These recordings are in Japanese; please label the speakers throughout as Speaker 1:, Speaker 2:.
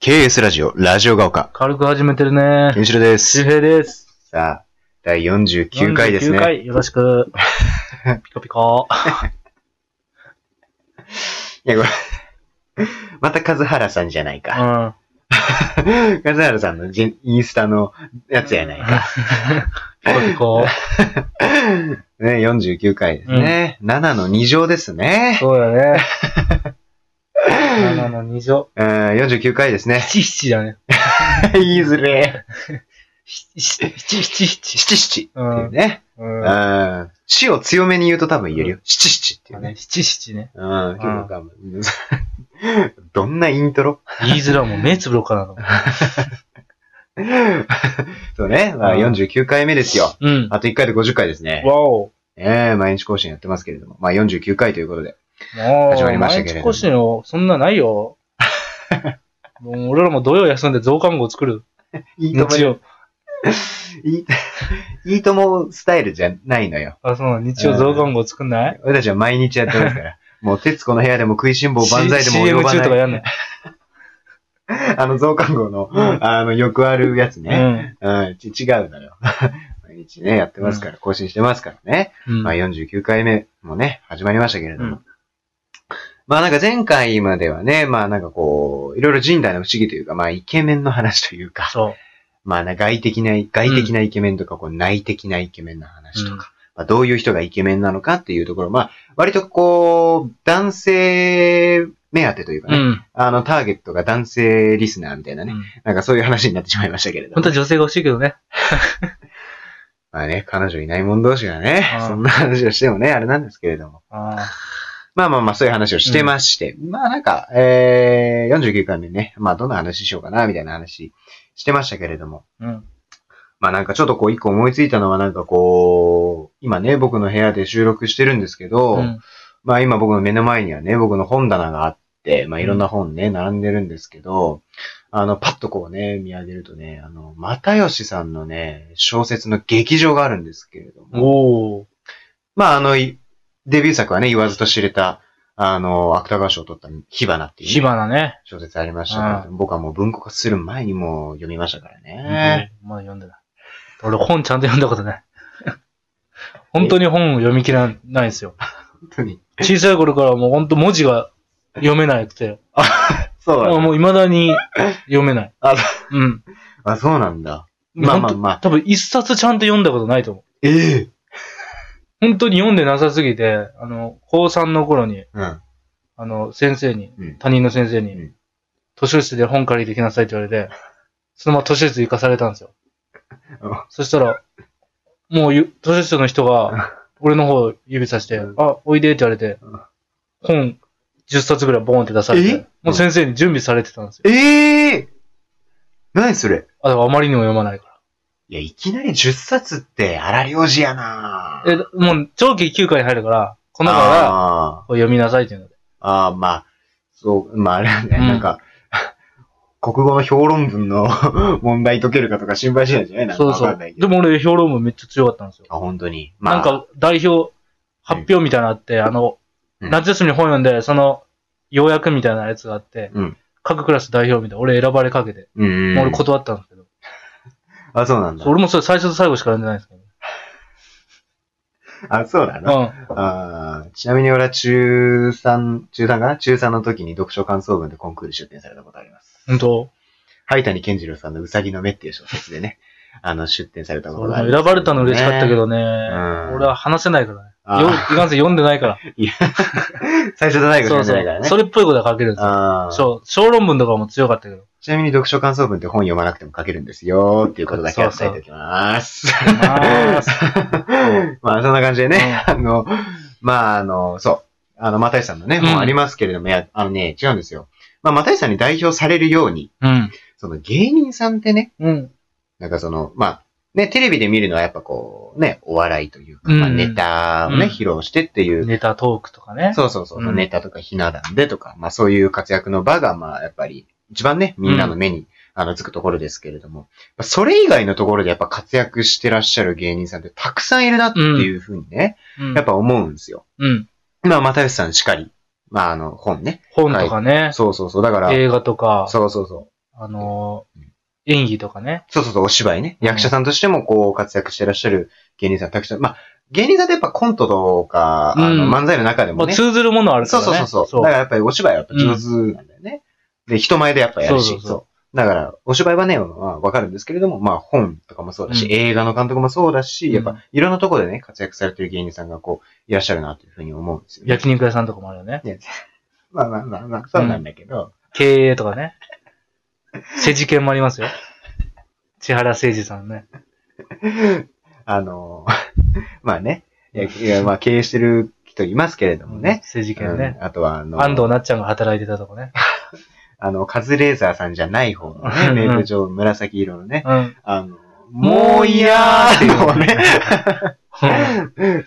Speaker 1: KS ラジオ、ラジオが 丘。
Speaker 2: 軽く始めてるね。
Speaker 1: ケンシロです。
Speaker 2: 周平です。
Speaker 1: さあ、第49回です
Speaker 2: 49
Speaker 1: ね。
Speaker 2: 回、よろ しく。ピコピコ。
Speaker 1: いやこれ また数原さんじゃないうか。
Speaker 2: ん。
Speaker 1: 数原さんのジインスタのやつやない か。
Speaker 2: ピコピコ。
Speaker 1: ね、49回ですね。7の2乗ですね。
Speaker 2: そうやね。7の2乗。
Speaker 1: うん、49回ですね。
Speaker 2: 7、7だね。
Speaker 1: 言いづれ。
Speaker 2: 7、7、
Speaker 1: 七七って
Speaker 2: う。
Speaker 1: いうんね。
Speaker 2: う。
Speaker 1: うんん。死を強めに言うと多分言えるよ。七七っていうね。
Speaker 2: ね、七七ね。
Speaker 1: うん、結構か どんなイントロ
Speaker 2: 言いづらいもう目つぶろうかなと思う。
Speaker 1: そうね。まあ、
Speaker 2: うん
Speaker 1: 49回目ですよ。
Speaker 2: うん。
Speaker 1: あと1回で50回ですね。
Speaker 2: わお。
Speaker 1: ええ毎日更新やってますけれども。まあ、49回ということで。
Speaker 2: も
Speaker 1: 始まり
Speaker 2: う、
Speaker 1: ました
Speaker 2: 毎
Speaker 1: けれど
Speaker 2: 日
Speaker 1: も
Speaker 2: 更新よ。そんなな いよ。もう俺らも土曜休んで増刊号作る。
Speaker 1: いいとも
Speaker 2: 日、曜。
Speaker 1: い いいいともスタイルじゃないのよ。
Speaker 2: あ、そうなの日曜増刊号作んない
Speaker 1: 俺たちは毎日やってます から。もう、徹子の部屋でも食いしん坊万歳でも
Speaker 2: C-
Speaker 1: 及
Speaker 2: CM
Speaker 1: ば
Speaker 2: 中とか
Speaker 1: ない。
Speaker 2: やんない。
Speaker 1: あの、増刊号の、
Speaker 2: うん
Speaker 1: あの、よくあるやつ
Speaker 2: う
Speaker 1: ね。
Speaker 2: ん。
Speaker 1: うん、ち違うのよ。 毎日ね、やってますから、更新してますからね。
Speaker 2: うん
Speaker 1: まあ、49回目もね、始まりましたけれども。まあなんか前回まではね、まあなんかこう、いろいろ人体の不思議というか、まあイケメンの話というか、
Speaker 2: そう。
Speaker 1: まあな外的な、外的なイケメンとか、こう内的なイケメンの話とか、まあどういう人がイケメンなのかっていうところ、まあ割とこう、男性目当てというか
Speaker 2: う
Speaker 1: ね、
Speaker 2: ん。
Speaker 1: あのターゲットが男性リスナーみたいなね、なんかそういう話になってしまいましたけれど
Speaker 2: 本
Speaker 1: も。
Speaker 2: 当は女性が欲しいけどね。
Speaker 1: まあね、彼女いないもん同士がね
Speaker 2: う、ん
Speaker 1: そんな話をしてもね、あれなんですけれども。
Speaker 2: あ
Speaker 1: まあまあまあ、そういう話をしてまして、まあなんか、えー、49回目ね、まあどんな話しようかな、みたいな話してましたけれども、
Speaker 2: あ。うん。
Speaker 1: まあなんかちょっとこう一個思いついたのはなんかこう、今ね、僕の部屋で収録してるんですけど、
Speaker 2: うん
Speaker 1: まあ今僕の目の前にはね、僕の本棚があって、まあいろんな本ね、並んでるんですけど、あの、パッとこうね、見上げるとね、あの、又吉さんのね、小説の劇場があるんですけれども、
Speaker 2: おー。
Speaker 1: まあ、あの、いデビュー作はね、言わずと知れた、あの、芥川賞を取った火花っていう
Speaker 2: 火
Speaker 1: ね、
Speaker 2: 花ね。
Speaker 1: 小説ありましたけれども、僕はもう文庫化する前にもう読みましたからね。
Speaker 2: うんまだ読んでない。俺本ちゃんと読んだこと ない。本当に本を読み切らないんですよ。
Speaker 1: 本当に。
Speaker 2: 小さい頃からもう本当文字が読めなくて。
Speaker 1: そうなんだ
Speaker 2: もう未だに読めない。
Speaker 1: あ
Speaker 2: うん。
Speaker 1: あ、そうなんだ。まあまあまあ。
Speaker 2: 多分一冊ちゃんと読んだことないと思う。
Speaker 1: ええ
Speaker 2: 本当に読んでなさすぎて、あの、高3の頃に、
Speaker 1: うん。
Speaker 2: あの、先生に、
Speaker 1: うん。
Speaker 2: 他人の先生に、
Speaker 1: うん
Speaker 2: 図書室で本借りてきなさいって言われて、そのまま図書室行かされた んですよ
Speaker 1: うん。
Speaker 2: そしたら、もうゆ図書室の人が、俺の方指さして、
Speaker 1: うん
Speaker 2: あ、おいでって言われて
Speaker 1: うん、
Speaker 2: 本10冊ぐらいボーンって出されて
Speaker 1: え、
Speaker 2: もう先生に準備されてたんですよ。
Speaker 1: ええ何それ
Speaker 2: あ、だからあまりにも読まないか
Speaker 1: いや、いきなり10冊って荒領事やな
Speaker 2: ら。え、もう長期休暇に入るから、この子が
Speaker 1: あ
Speaker 2: こう読みなさいっていうので。
Speaker 1: あ。ああ、まあ、そう、まああれだね、
Speaker 2: うん
Speaker 1: なんか、国語の評論文の 問題解けるかとか心配してたんじゃないなんか
Speaker 2: そう
Speaker 1: わ
Speaker 2: そ
Speaker 1: かん
Speaker 2: う
Speaker 1: ない。け
Speaker 2: で
Speaker 1: ど。
Speaker 2: も俺評論文めっちゃ強かったんですよ。
Speaker 1: あ、本当に。まあ、
Speaker 2: なんか代表発表みたいなのあって、あの、
Speaker 1: うん
Speaker 2: 夏休みに本読んで、その、要約みたいなやつがあって、
Speaker 1: うん
Speaker 2: 各クラス代表みたいな、俺選ばれかけて、
Speaker 1: うんうん、
Speaker 2: もう俺断ったんですけど、
Speaker 1: あ、そうなんだ。
Speaker 2: 俺もそれ最初と最後しか読んでないんですけ
Speaker 1: あ、そうなの、
Speaker 2: ど、うん。
Speaker 1: あーちなみに俺は中3、中3かな中3の時に読書感想文でコンクール出展されたことあります。
Speaker 2: 本当
Speaker 1: 灰谷健次郎さんのうさぎの目っていう小説でね、 あの、出展されたことがあ
Speaker 2: 俺
Speaker 1: り
Speaker 2: も選ばれたの嬉しかったけ
Speaker 1: ど。
Speaker 2: どね、
Speaker 1: ん
Speaker 2: 俺は話せないからね。
Speaker 1: あー
Speaker 2: よいかんせん読んでな いから。
Speaker 1: 最初と最後読
Speaker 2: そうん
Speaker 1: で
Speaker 2: そ
Speaker 1: ないから
Speaker 2: う。
Speaker 1: ね。
Speaker 2: それっぽいことは書けるんですよ。
Speaker 1: あー
Speaker 2: そう、小論文とかも強かったけど。
Speaker 1: ちなみに読書感想文って本読まなくても書けるんですよーっていうことだけは伝えておきます。
Speaker 2: まあ、
Speaker 1: まあ、そんな感じで ね、
Speaker 2: う
Speaker 1: あの、まあ、あの、そう。あの、又吉さんのね、
Speaker 2: うん
Speaker 1: 本ありますけれども、いや、あのね、違うんですよ。まあ、又吉さんに代表されるように、
Speaker 2: うん。
Speaker 1: その芸人さんってね、
Speaker 2: うん。
Speaker 1: なんかその、まあ、ね、テレビで見るのはやっぱこう、ね、お笑いというか、
Speaker 2: うん
Speaker 1: まあ、ネタをね、
Speaker 2: うん
Speaker 1: 披露してっていう、
Speaker 2: ネタトークとかね。
Speaker 1: そうそうそう、
Speaker 2: うん
Speaker 1: ネタとかひな壇でとか、まあそういう活躍の場が、まあやっぱり、一番ね、みんなの目に、あの、つくところですけれども、まあそれ以外のところでやっぱ活躍してらっしゃる芸人さんってたくさんいるなっていうふうにね、
Speaker 2: うん
Speaker 1: やっ、ぱ思うんですよ。
Speaker 2: うん。
Speaker 1: まあ、又吉さんしかり、まああの、本ね。
Speaker 2: 本とかね。
Speaker 1: そうそうそう、だから、
Speaker 2: 映画とか、
Speaker 1: そうそうそう。
Speaker 2: あの
Speaker 1: う、
Speaker 2: 演技とかね。
Speaker 1: そうそうそう、お芝居ね。
Speaker 2: うん
Speaker 1: 役者さんとしてもこう活躍してらっしゃる芸人さん、たくさん。まあ、芸人さんってやっぱコントとか、あの
Speaker 2: うん
Speaker 1: 漫才の中で
Speaker 2: ま
Speaker 1: も
Speaker 2: あ、
Speaker 1: ね。
Speaker 2: 通ずるものはあるか
Speaker 1: そう
Speaker 2: らね。
Speaker 1: そうそうそう。だからやっぱりお芝居はやっぱ上手なんだよね。で、人前でやっぱやるし。
Speaker 2: そ
Speaker 1: そうう
Speaker 2: そうそう
Speaker 1: だから、お芝居はね、まあ、わかるんですけれども、まあ、本とかもそうだし、
Speaker 2: うん
Speaker 1: 映画の監督もそうだし、やっ
Speaker 2: う
Speaker 1: ぱ
Speaker 2: ん、
Speaker 1: いろんなところでね、活躍されてる芸人さんがこう、いらっしゃるな、というふうに思うんですよ、ね。
Speaker 2: 焼肉屋さんとかもあるよね。
Speaker 1: いや まあまあまあまあ、そうなんだけど、
Speaker 2: 経営とかね。世事件もありますよ。千原誠二さんね。
Speaker 1: あの、 まあね、いやいや、まあ、経営してる人いますけれどもね。
Speaker 2: 世事件ね。
Speaker 1: うんあとは、あの、
Speaker 2: 安藤なっちゃんが働いてたとこね。
Speaker 1: あの、カズレーザーさんじゃない方の
Speaker 2: う
Speaker 1: ね、
Speaker 2: ん
Speaker 1: メイプ上紫色のね、
Speaker 2: うん。
Speaker 1: あの、もう嫌ーっていうのをね、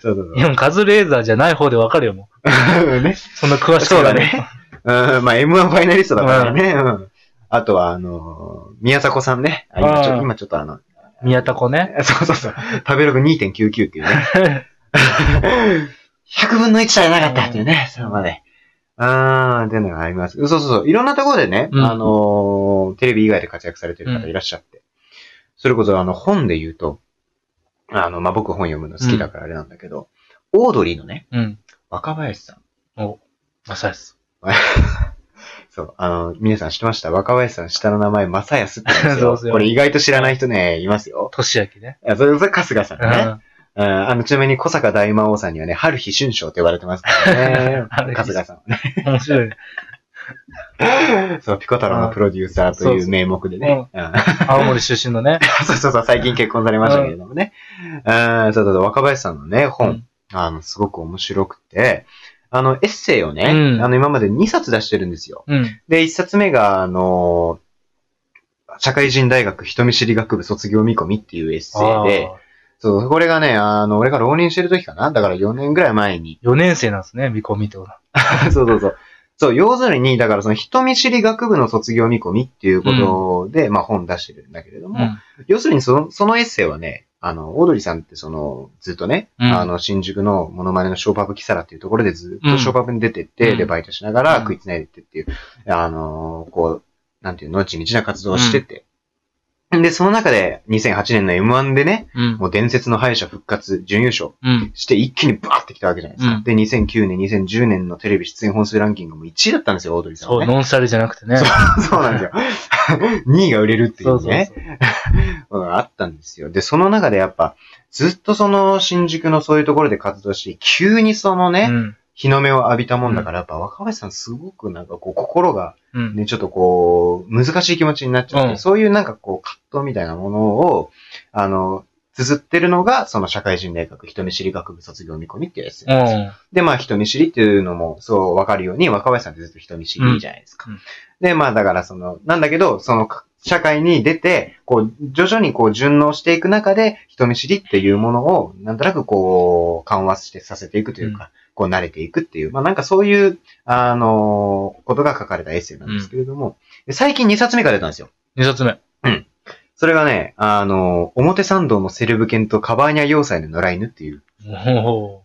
Speaker 1: そうそう
Speaker 2: いや、もうカズレーザーじゃない方でわかるよ、もう。
Speaker 1: そう。ね。
Speaker 2: そんな詳しくは
Speaker 1: そうだね。うん、まあ M1 ファイナリストだからね。うん。あとは、あのー、宮迫さんね。あ今ちょ
Speaker 2: うん
Speaker 1: 今ちょっとあの、
Speaker 2: 宮田子ね。
Speaker 1: そうそうそう。食べログ2.99っていうね。100分の1さえなかったっていうね、それまで。あー、っていうのがあります。そうそうそう。いろんなところでね、
Speaker 2: うん
Speaker 1: あのー、テレビ以外で活躍されてる方いらっしゃって。それこそ、あの、本で言うと、あの、まあ、僕本読むの好きだからあれなんだけど、オードリーのね、
Speaker 2: うん。
Speaker 1: 若林さん。
Speaker 2: お、まさです。
Speaker 1: そう、あの、皆さん知ってました若林さん下の名前、正康って言うんです
Speaker 2: そう
Speaker 1: よ。
Speaker 2: ですよ
Speaker 1: これ意外と知らない人ね、いますよ。
Speaker 2: としあきね。
Speaker 1: いやそれそれ春日さん
Speaker 2: う
Speaker 1: ね。
Speaker 2: ん。。
Speaker 1: うん、あの、ちなみに小坂大魔王さんにはね、春日春章って呼ばれてますからね
Speaker 2: 春日
Speaker 1: 春日さんはね。
Speaker 2: 面白いね。
Speaker 1: そう、ピコ太郎のプロデューサーという名目でね。うん
Speaker 2: 青森出身のね。
Speaker 1: そうそうそう、最近結婚されましたけれどもね。うん、そうそうそう、若林さんのね、本、
Speaker 2: うん
Speaker 1: あの、すごく面白くて、あの、エッセイをね、
Speaker 2: うん
Speaker 1: あの、今まで2冊出してるんですよ。
Speaker 2: うん。
Speaker 1: で、一冊目が、あの、社会人大学人見知り学部卒業見込みっていうエッセイで、そう、これがね、あの、俺が浪人してる時かなだから4年ぐらい前に。
Speaker 2: 4年生なんですね、見込みってこと は。
Speaker 1: そうそうそう。そう、要するに、だからその人見知り学部の卒業見込みっていうことで、まあ本出してるんだけれども、要するにその、そのエッセイはね、あの、オードリーさんってその、ずっとね、
Speaker 2: うん
Speaker 1: あの、新宿のモノマネのショーパブキサラっていうところでずっとショーパブに出てって、
Speaker 2: うん
Speaker 1: で、バイトしながら
Speaker 2: うん
Speaker 1: 食いつないでってっていう、あのーこう、なんていうの、地道な活動をしてて。で、その中で2008年の M1 でね、
Speaker 2: うん。
Speaker 1: もう伝説の敗者復活、準優勝
Speaker 2: うん。
Speaker 1: して一気にバーってきたわけじゃないですか。
Speaker 2: うん
Speaker 1: で、2009年、2010年のテレビ出演本数ランキングも1位だったんですよ、オードリーさん
Speaker 2: そ
Speaker 1: は
Speaker 2: う、
Speaker 1: ね。
Speaker 2: ノンスタイルじゃなくてね。
Speaker 1: そうなんですよ。2位が売 れるってい
Speaker 2: そううそう
Speaker 1: ね。
Speaker 2: そう。
Speaker 1: うん、あったんですよ。で、その中でやっぱ、ずっとその新宿のそういうところで活動して、急にそのね、
Speaker 2: うん。
Speaker 1: 日の目を浴びたもんだから、やっぱ若林さんすごくなんかこう、心が
Speaker 2: うん。
Speaker 1: ね、ちょっとこう、難しい気持ちになっちゃって、
Speaker 2: うん
Speaker 1: そういうなんかこう、葛藤みたいなものを、あの、綴ってるのが、その社会人大学人見知り学部卒業見込みっていうやつ。
Speaker 2: うん。
Speaker 1: で、まあ、人見知りっていうのも、そう、わかるように、若林さんってずっと人見知りじゃないですか。
Speaker 2: うんうん
Speaker 1: で、まあ、だから、その、なんだけど、その、か社会に出て、こう、徐々にこう、順応していく中で、人見知りっていうものを、なんとなくこう、緩和してさせていくというか、こう、慣れていくっていう、まあ、なんかそういう、あのーことが書かれたエッセイなんですけれども、で最近2冊目が出たんですよ。
Speaker 2: 2冊目。
Speaker 1: それがね、あのー表参道のセレブ犬とカバーニャ要塞の野良犬っていう、
Speaker 2: お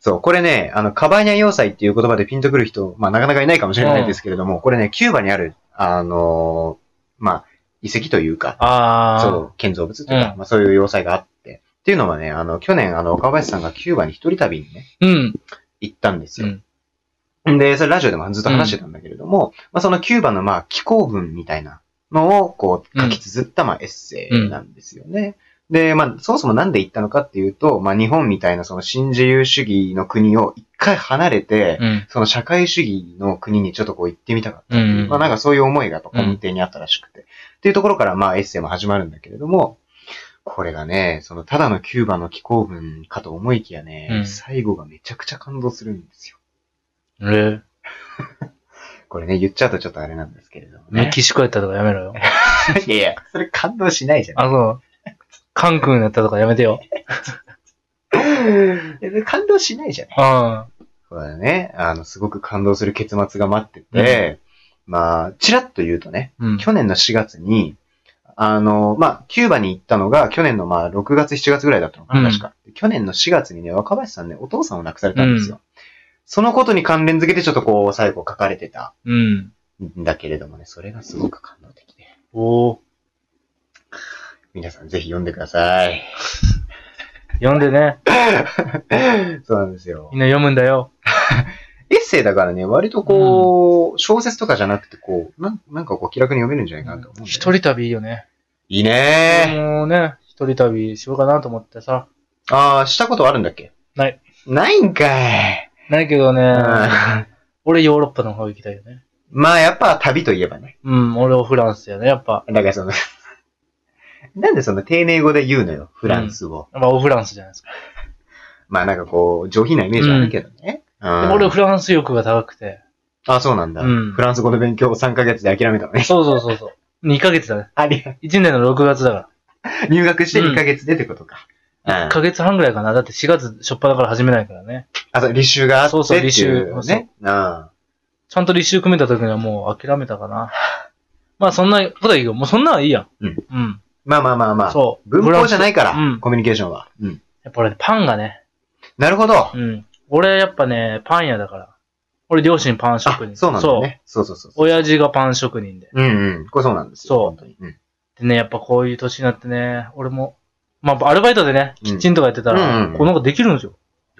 Speaker 1: そう、これね、あの、カバーニャ要塞っていう言葉でピンとくる人、まあ、なかなかいないかもしれないですけれども、これね、キューバにある、あのーまあ、遺跡というか、
Speaker 2: ああ。
Speaker 1: そ。う、建造物というか、
Speaker 2: うん
Speaker 1: まあ、そういう要塞があって、っていうのはね、あの、去年、あの、岡林さんがキューバに一人旅にね、
Speaker 2: うん。
Speaker 1: 行ったんです
Speaker 2: う
Speaker 1: よ。
Speaker 2: ん。
Speaker 1: で、それラジオでもずっと話してたんだけれども、まあ、そのキューバの、まあ、気候文みたいなのを、こう、書き綴った、まあ、エッセイなんですよね。で、まあ、そもそもなんで行ったのかっていうと、まあ、日本みたいな、その、新自由主義の国を一回離れて、
Speaker 2: うん。
Speaker 1: その社会主義の国にちょっとこう行ってみたかった。
Speaker 2: うん。
Speaker 1: まあなんかそういう思いがやっぱ根底にあったらしくて。っていうところからまあエッセイも始まるんだけれども、これがね、そのただのキューバの気候文かと思いきやね、
Speaker 2: うん
Speaker 1: 最後がめちゃくちゃ感動するんですよ。
Speaker 2: え
Speaker 1: これね、言っちゃうとちょっとあれなんですけれども
Speaker 2: メ
Speaker 1: ね。
Speaker 2: キシコやったとかやめろよ。
Speaker 1: いやいや、それ感動しないじゃん。
Speaker 2: あ、そう。カンクンやったとかやめてよ。
Speaker 1: いやそれ感動しないじゃん。
Speaker 2: あ
Speaker 1: これね、あの、すごく感動する結末が待ってて、まあ、ちらっと言うとね、
Speaker 2: あ。うん。
Speaker 1: 去年の4月に、あの、まあ、キューバに行ったのが、去年のまあ、6月、7月ぐらいだったのか
Speaker 2: う
Speaker 1: な、
Speaker 2: ん
Speaker 1: 確か。去年の4月にね、若林さんね、お父さんを亡くされたんですよ。そのことに関連付けてちょっとこう、最後書かれてた
Speaker 2: うん。
Speaker 1: んだけれどもね、それがすごく感動的で。
Speaker 2: おお。
Speaker 1: 皆さんぜひ読んでください。
Speaker 2: 読んでね。
Speaker 1: そうなんですよ
Speaker 2: み。んな読むんだよ。
Speaker 1: エッセイだからね、割とこう、小説とかじゃなくて、こう、なんなんかこう気楽に読めるんじゃないかなと思うんだよね、
Speaker 2: 一人旅いいよね。
Speaker 1: いいね
Speaker 2: もうね、一人旅しようかなと思ってさ。
Speaker 1: ー。ああ、したことあるんだっけ
Speaker 2: ない。
Speaker 1: ないんかい。
Speaker 2: ないけどね
Speaker 1: うん、
Speaker 2: 俺ヨーロッパの方行きたいよね。
Speaker 1: まあやっぱ旅といえばね。
Speaker 2: うん、俺はフランスやね。やっぱ、
Speaker 1: だからその、 なんでその丁寧語で言うのよ、フランスを。
Speaker 2: やっぱオフランスじゃないですか。
Speaker 1: まあなんかこう、上品なイメージあるけどね。うん
Speaker 2: でも俺フランス欲が高くて。
Speaker 1: あ、そうなんだ、
Speaker 2: うん
Speaker 1: フランス語の勉強を3ヶ月で諦めたのね。
Speaker 2: そうそうそうそう。2ヶ月だね。
Speaker 1: ありが
Speaker 2: 1年の6月だか
Speaker 1: 入学して2ヶ月でってことか。うん
Speaker 2: ら。1ヶ月半ぐらいかな。だって4月初っ端から始めないからね。
Speaker 1: あ、そう、履修があってってい、
Speaker 2: そう
Speaker 1: ね。
Speaker 2: うそう履修
Speaker 1: ね。うん。
Speaker 2: ちゃんと履修組めた時にはもう諦めた かな。まあそんなことはいいよ。もうそんなのはいいやん。
Speaker 1: うん。
Speaker 2: うん。
Speaker 1: まあまあまあまあ。
Speaker 2: そう。。
Speaker 1: 文法じゃないいから、
Speaker 2: うん
Speaker 1: コミュニケーションは。うん。
Speaker 2: やっぱ俺ねパンがね。
Speaker 1: なるほど。
Speaker 2: うん。俺やっぱね、パン屋だから。俺両親パン
Speaker 1: あ
Speaker 2: 職人。
Speaker 1: そうなんだね。そうそうそう
Speaker 2: そう。親父がパン職人で。
Speaker 1: うんうん。これそうなんですよ。
Speaker 2: そう
Speaker 1: 本当に。うん。
Speaker 2: でね、やっぱこういう年になってね、俺も、まあアルバイトでね、キッチンとかやってた
Speaker 1: うんうん
Speaker 2: ら、
Speaker 1: うん
Speaker 2: こうなんかできるんですよ。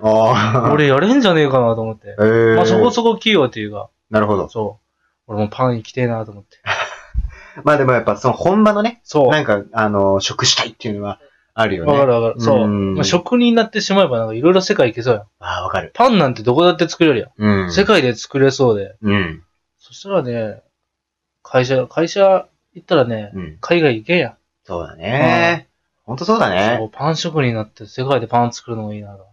Speaker 1: ああ。、
Speaker 2: 俺やれんじゃねえかなと思って
Speaker 1: え。ー、
Speaker 2: まあそこそこ器用というか、
Speaker 1: なるほど。
Speaker 2: そう。俺もパン行きてえなと思って。
Speaker 1: まあでもやっぱその本場のね、
Speaker 2: そう。
Speaker 1: なんか、あの、食したいっていうのはあるよね。
Speaker 2: わかるわかる。そうう。
Speaker 1: ん
Speaker 2: まあ、職人になってしまえばなんかいろいろ世界行けそうやん。
Speaker 1: ああ、わかる。
Speaker 2: パンなんてどこだって作れるやん。
Speaker 1: うん。
Speaker 2: 世界で作れそうで。
Speaker 1: うん。
Speaker 2: そしたらね、会社、会社行ったらね、
Speaker 1: うん。
Speaker 2: 海外行けやん。
Speaker 1: そうだね。ほんとそうだ
Speaker 2: そ
Speaker 1: ね。
Speaker 2: う、パン職人になって世界でパン作るのもいいなと。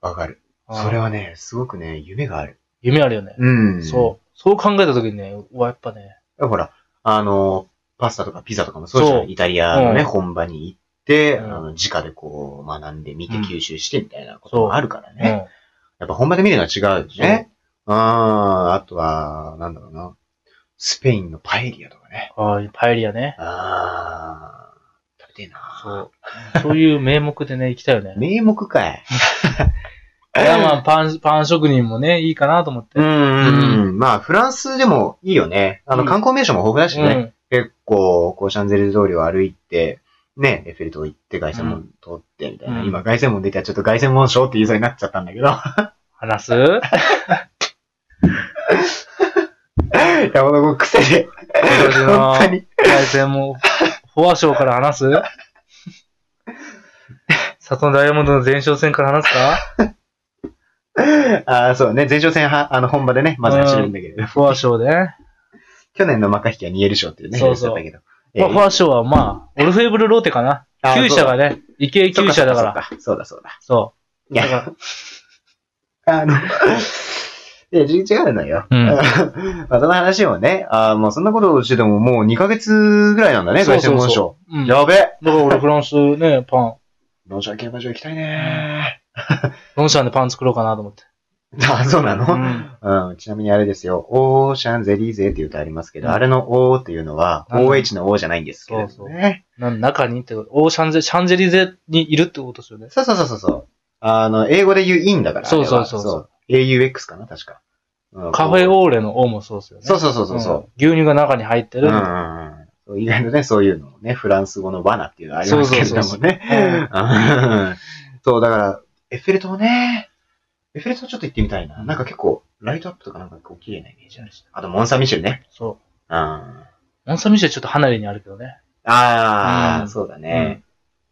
Speaker 1: わかる。
Speaker 2: あー
Speaker 1: それはね、すごくね、夢がある。
Speaker 2: 夢あるよね。
Speaker 1: うん。
Speaker 2: そう。そう考えた時にね、うわ、やっぱね、
Speaker 1: う。ほら、あの、パスタとかピザとかもそうじゃ
Speaker 2: そ
Speaker 1: ん。
Speaker 2: う
Speaker 1: イタリアのね、
Speaker 2: うん
Speaker 1: 本場に行って、
Speaker 2: うん
Speaker 1: あの、直でこう、学んで、見て、
Speaker 2: うん
Speaker 1: 吸収してみたいなこともあるから
Speaker 2: うん
Speaker 1: ね。。やっぱ本場で見るのは違うよね。うん。あとは、なんだろうな。スペインのパエリアとかね。
Speaker 2: ああ、パエリアね。
Speaker 1: あー、食べてえな。
Speaker 2: そう。そういう名目でね、行きたい よね。
Speaker 1: 名目かい。
Speaker 2: いや、まあ、パン、パン職人もね、いいかなと思っ て。
Speaker 1: うんうん
Speaker 2: う
Speaker 1: うん。まあ、フランスでもいいよね。あの、
Speaker 2: うん
Speaker 1: 観光名所も豊富だし
Speaker 2: う
Speaker 1: ね。
Speaker 2: ん。
Speaker 1: 結構、こう、シャンゼリゼ通りを歩いて、ね、エッフェル塔行って、凱旋門通って、みたいな。
Speaker 2: うん
Speaker 1: 今、凱旋門出て、ちょっと凱旋門賞って言いそうになっちゃったんだけど。
Speaker 2: 話す
Speaker 1: 山田君、癖で。
Speaker 2: 私の
Speaker 1: 本当に。
Speaker 2: 対戦も、フォアショーから話す 里のダイヤモンドの前哨戦から話すか
Speaker 1: ああ、そうね。前哨戦は、あの、本場でね、まず走るんだけど。
Speaker 2: フォアショーでね。
Speaker 1: 去年のマカヒキはニエル賞っていうね、
Speaker 2: そうそ
Speaker 1: やつだ
Speaker 2: う
Speaker 1: ったけど。
Speaker 2: まあ、フォアショーはまあ、オルフェーブルローテかな。
Speaker 1: あー
Speaker 2: 旧社がね、池江旧社だから。。
Speaker 1: そうだそうだ
Speaker 2: そ。
Speaker 1: そううだ
Speaker 2: だ
Speaker 1: そうだ。い や、
Speaker 2: か
Speaker 1: あの、 いや、違うのよ。
Speaker 2: ら、う ん。
Speaker 1: まあ、その話もね、あーもうそんなことをしててももう2ヶ月ぐらいなんだね、
Speaker 2: そ
Speaker 1: 凱旋
Speaker 2: うそう
Speaker 1: 門賞
Speaker 2: そ。うん。だか
Speaker 1: やべえ
Speaker 2: ら俺フランスね、パン、
Speaker 1: ロンシャン競馬場行きたいね
Speaker 2: ロンシャンでパン作ろうかなと思って。
Speaker 1: あ、そうなの、
Speaker 2: うん。
Speaker 1: うん、ちなみにあれですよ、オーシャンゼリーゼっていう歌ありますけど、
Speaker 2: うん
Speaker 1: あれのオーっていうのは、
Speaker 2: なんだ
Speaker 1: OH の O じゃないんですけど、ね。
Speaker 2: そうなん中にってこと、オーシャンゼ、シャンゼリゼにいるってことですよね。
Speaker 1: そうそうそうそうそう。あの、英語で言うインだから。
Speaker 2: そうそ
Speaker 1: あ
Speaker 2: う
Speaker 1: れは
Speaker 2: そうそう
Speaker 1: AUX かな、確か。うん
Speaker 2: カフェオーレのオーもそうですよね。
Speaker 1: そうそうそうそうそう。
Speaker 2: うん牛乳が中に入って
Speaker 1: うん
Speaker 2: る。
Speaker 1: うんうんそう意外とね、そういうのもね、フランス語の罠っていうのありますけれども
Speaker 2: そうそう
Speaker 1: ね。うんそう、だから、エッフェル塔ね。エッフェル塔ちょっと行ってみたいな。なんか結構、ライトアップとかなんかこう綺麗なイメージあるし。あと、モンサンミシェルね。
Speaker 2: そう。
Speaker 1: うん。あ
Speaker 2: モンサンミシェルちょっと離れにあるけどね。
Speaker 1: あー、
Speaker 2: うん
Speaker 1: そうだね。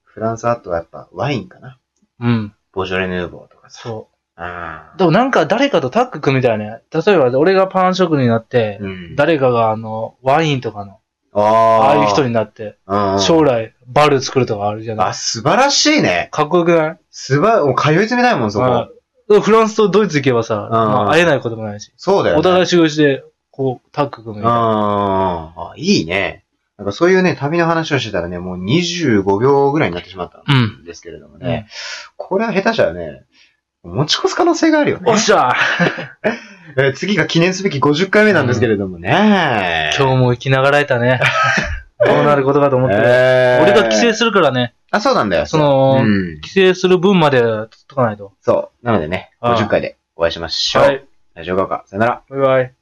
Speaker 1: フランスあとはやっぱワインかな。
Speaker 2: うん。
Speaker 1: ボジョレ・ヌーボーとかさ。
Speaker 2: そ
Speaker 1: あ
Speaker 2: う。でもなんか誰かとタッグ組みたいね。例えば俺がパン職人になって、
Speaker 1: ーうん
Speaker 2: 誰かがあの、ワインとかの、
Speaker 1: あ
Speaker 2: あ
Speaker 1: あ
Speaker 2: あいう人になって、
Speaker 1: うん
Speaker 2: 将来バル作るとかあるじゃな
Speaker 1: あ、
Speaker 2: い
Speaker 1: 素晴らしいね。
Speaker 2: かっこよくない
Speaker 1: すば、もう通い詰めたいもん、そ
Speaker 2: まあ
Speaker 1: こ。
Speaker 2: フランスとドイツ行けばさ、まあ会えないこともないし、
Speaker 1: そうだよね。
Speaker 2: お互い集合して、こう、タッグ組
Speaker 1: う
Speaker 2: む
Speaker 1: ん。。あ、いいね。なんかそういうね、旅の話をしてたらね、もう25秒ぐらいになってしまったんですけれどもね。これは下手したらね、持ち越す可能性があるよね
Speaker 2: おっ。しゃ
Speaker 1: えー次が記念すべき50回目なんですけれどもね。
Speaker 2: 今日も生きながらえ たね。どうなることかと思って。
Speaker 1: えー
Speaker 2: 俺が帰省するからね、
Speaker 1: あ、そうなんだよ。
Speaker 2: その
Speaker 1: うん。
Speaker 2: 帰省する分まで取っとかないと。
Speaker 1: そう。なのでね、
Speaker 2: あー
Speaker 1: 50回でお会いしましょう。
Speaker 2: はい。
Speaker 1: ラジオガオカ、さよなら。
Speaker 2: バイバイ。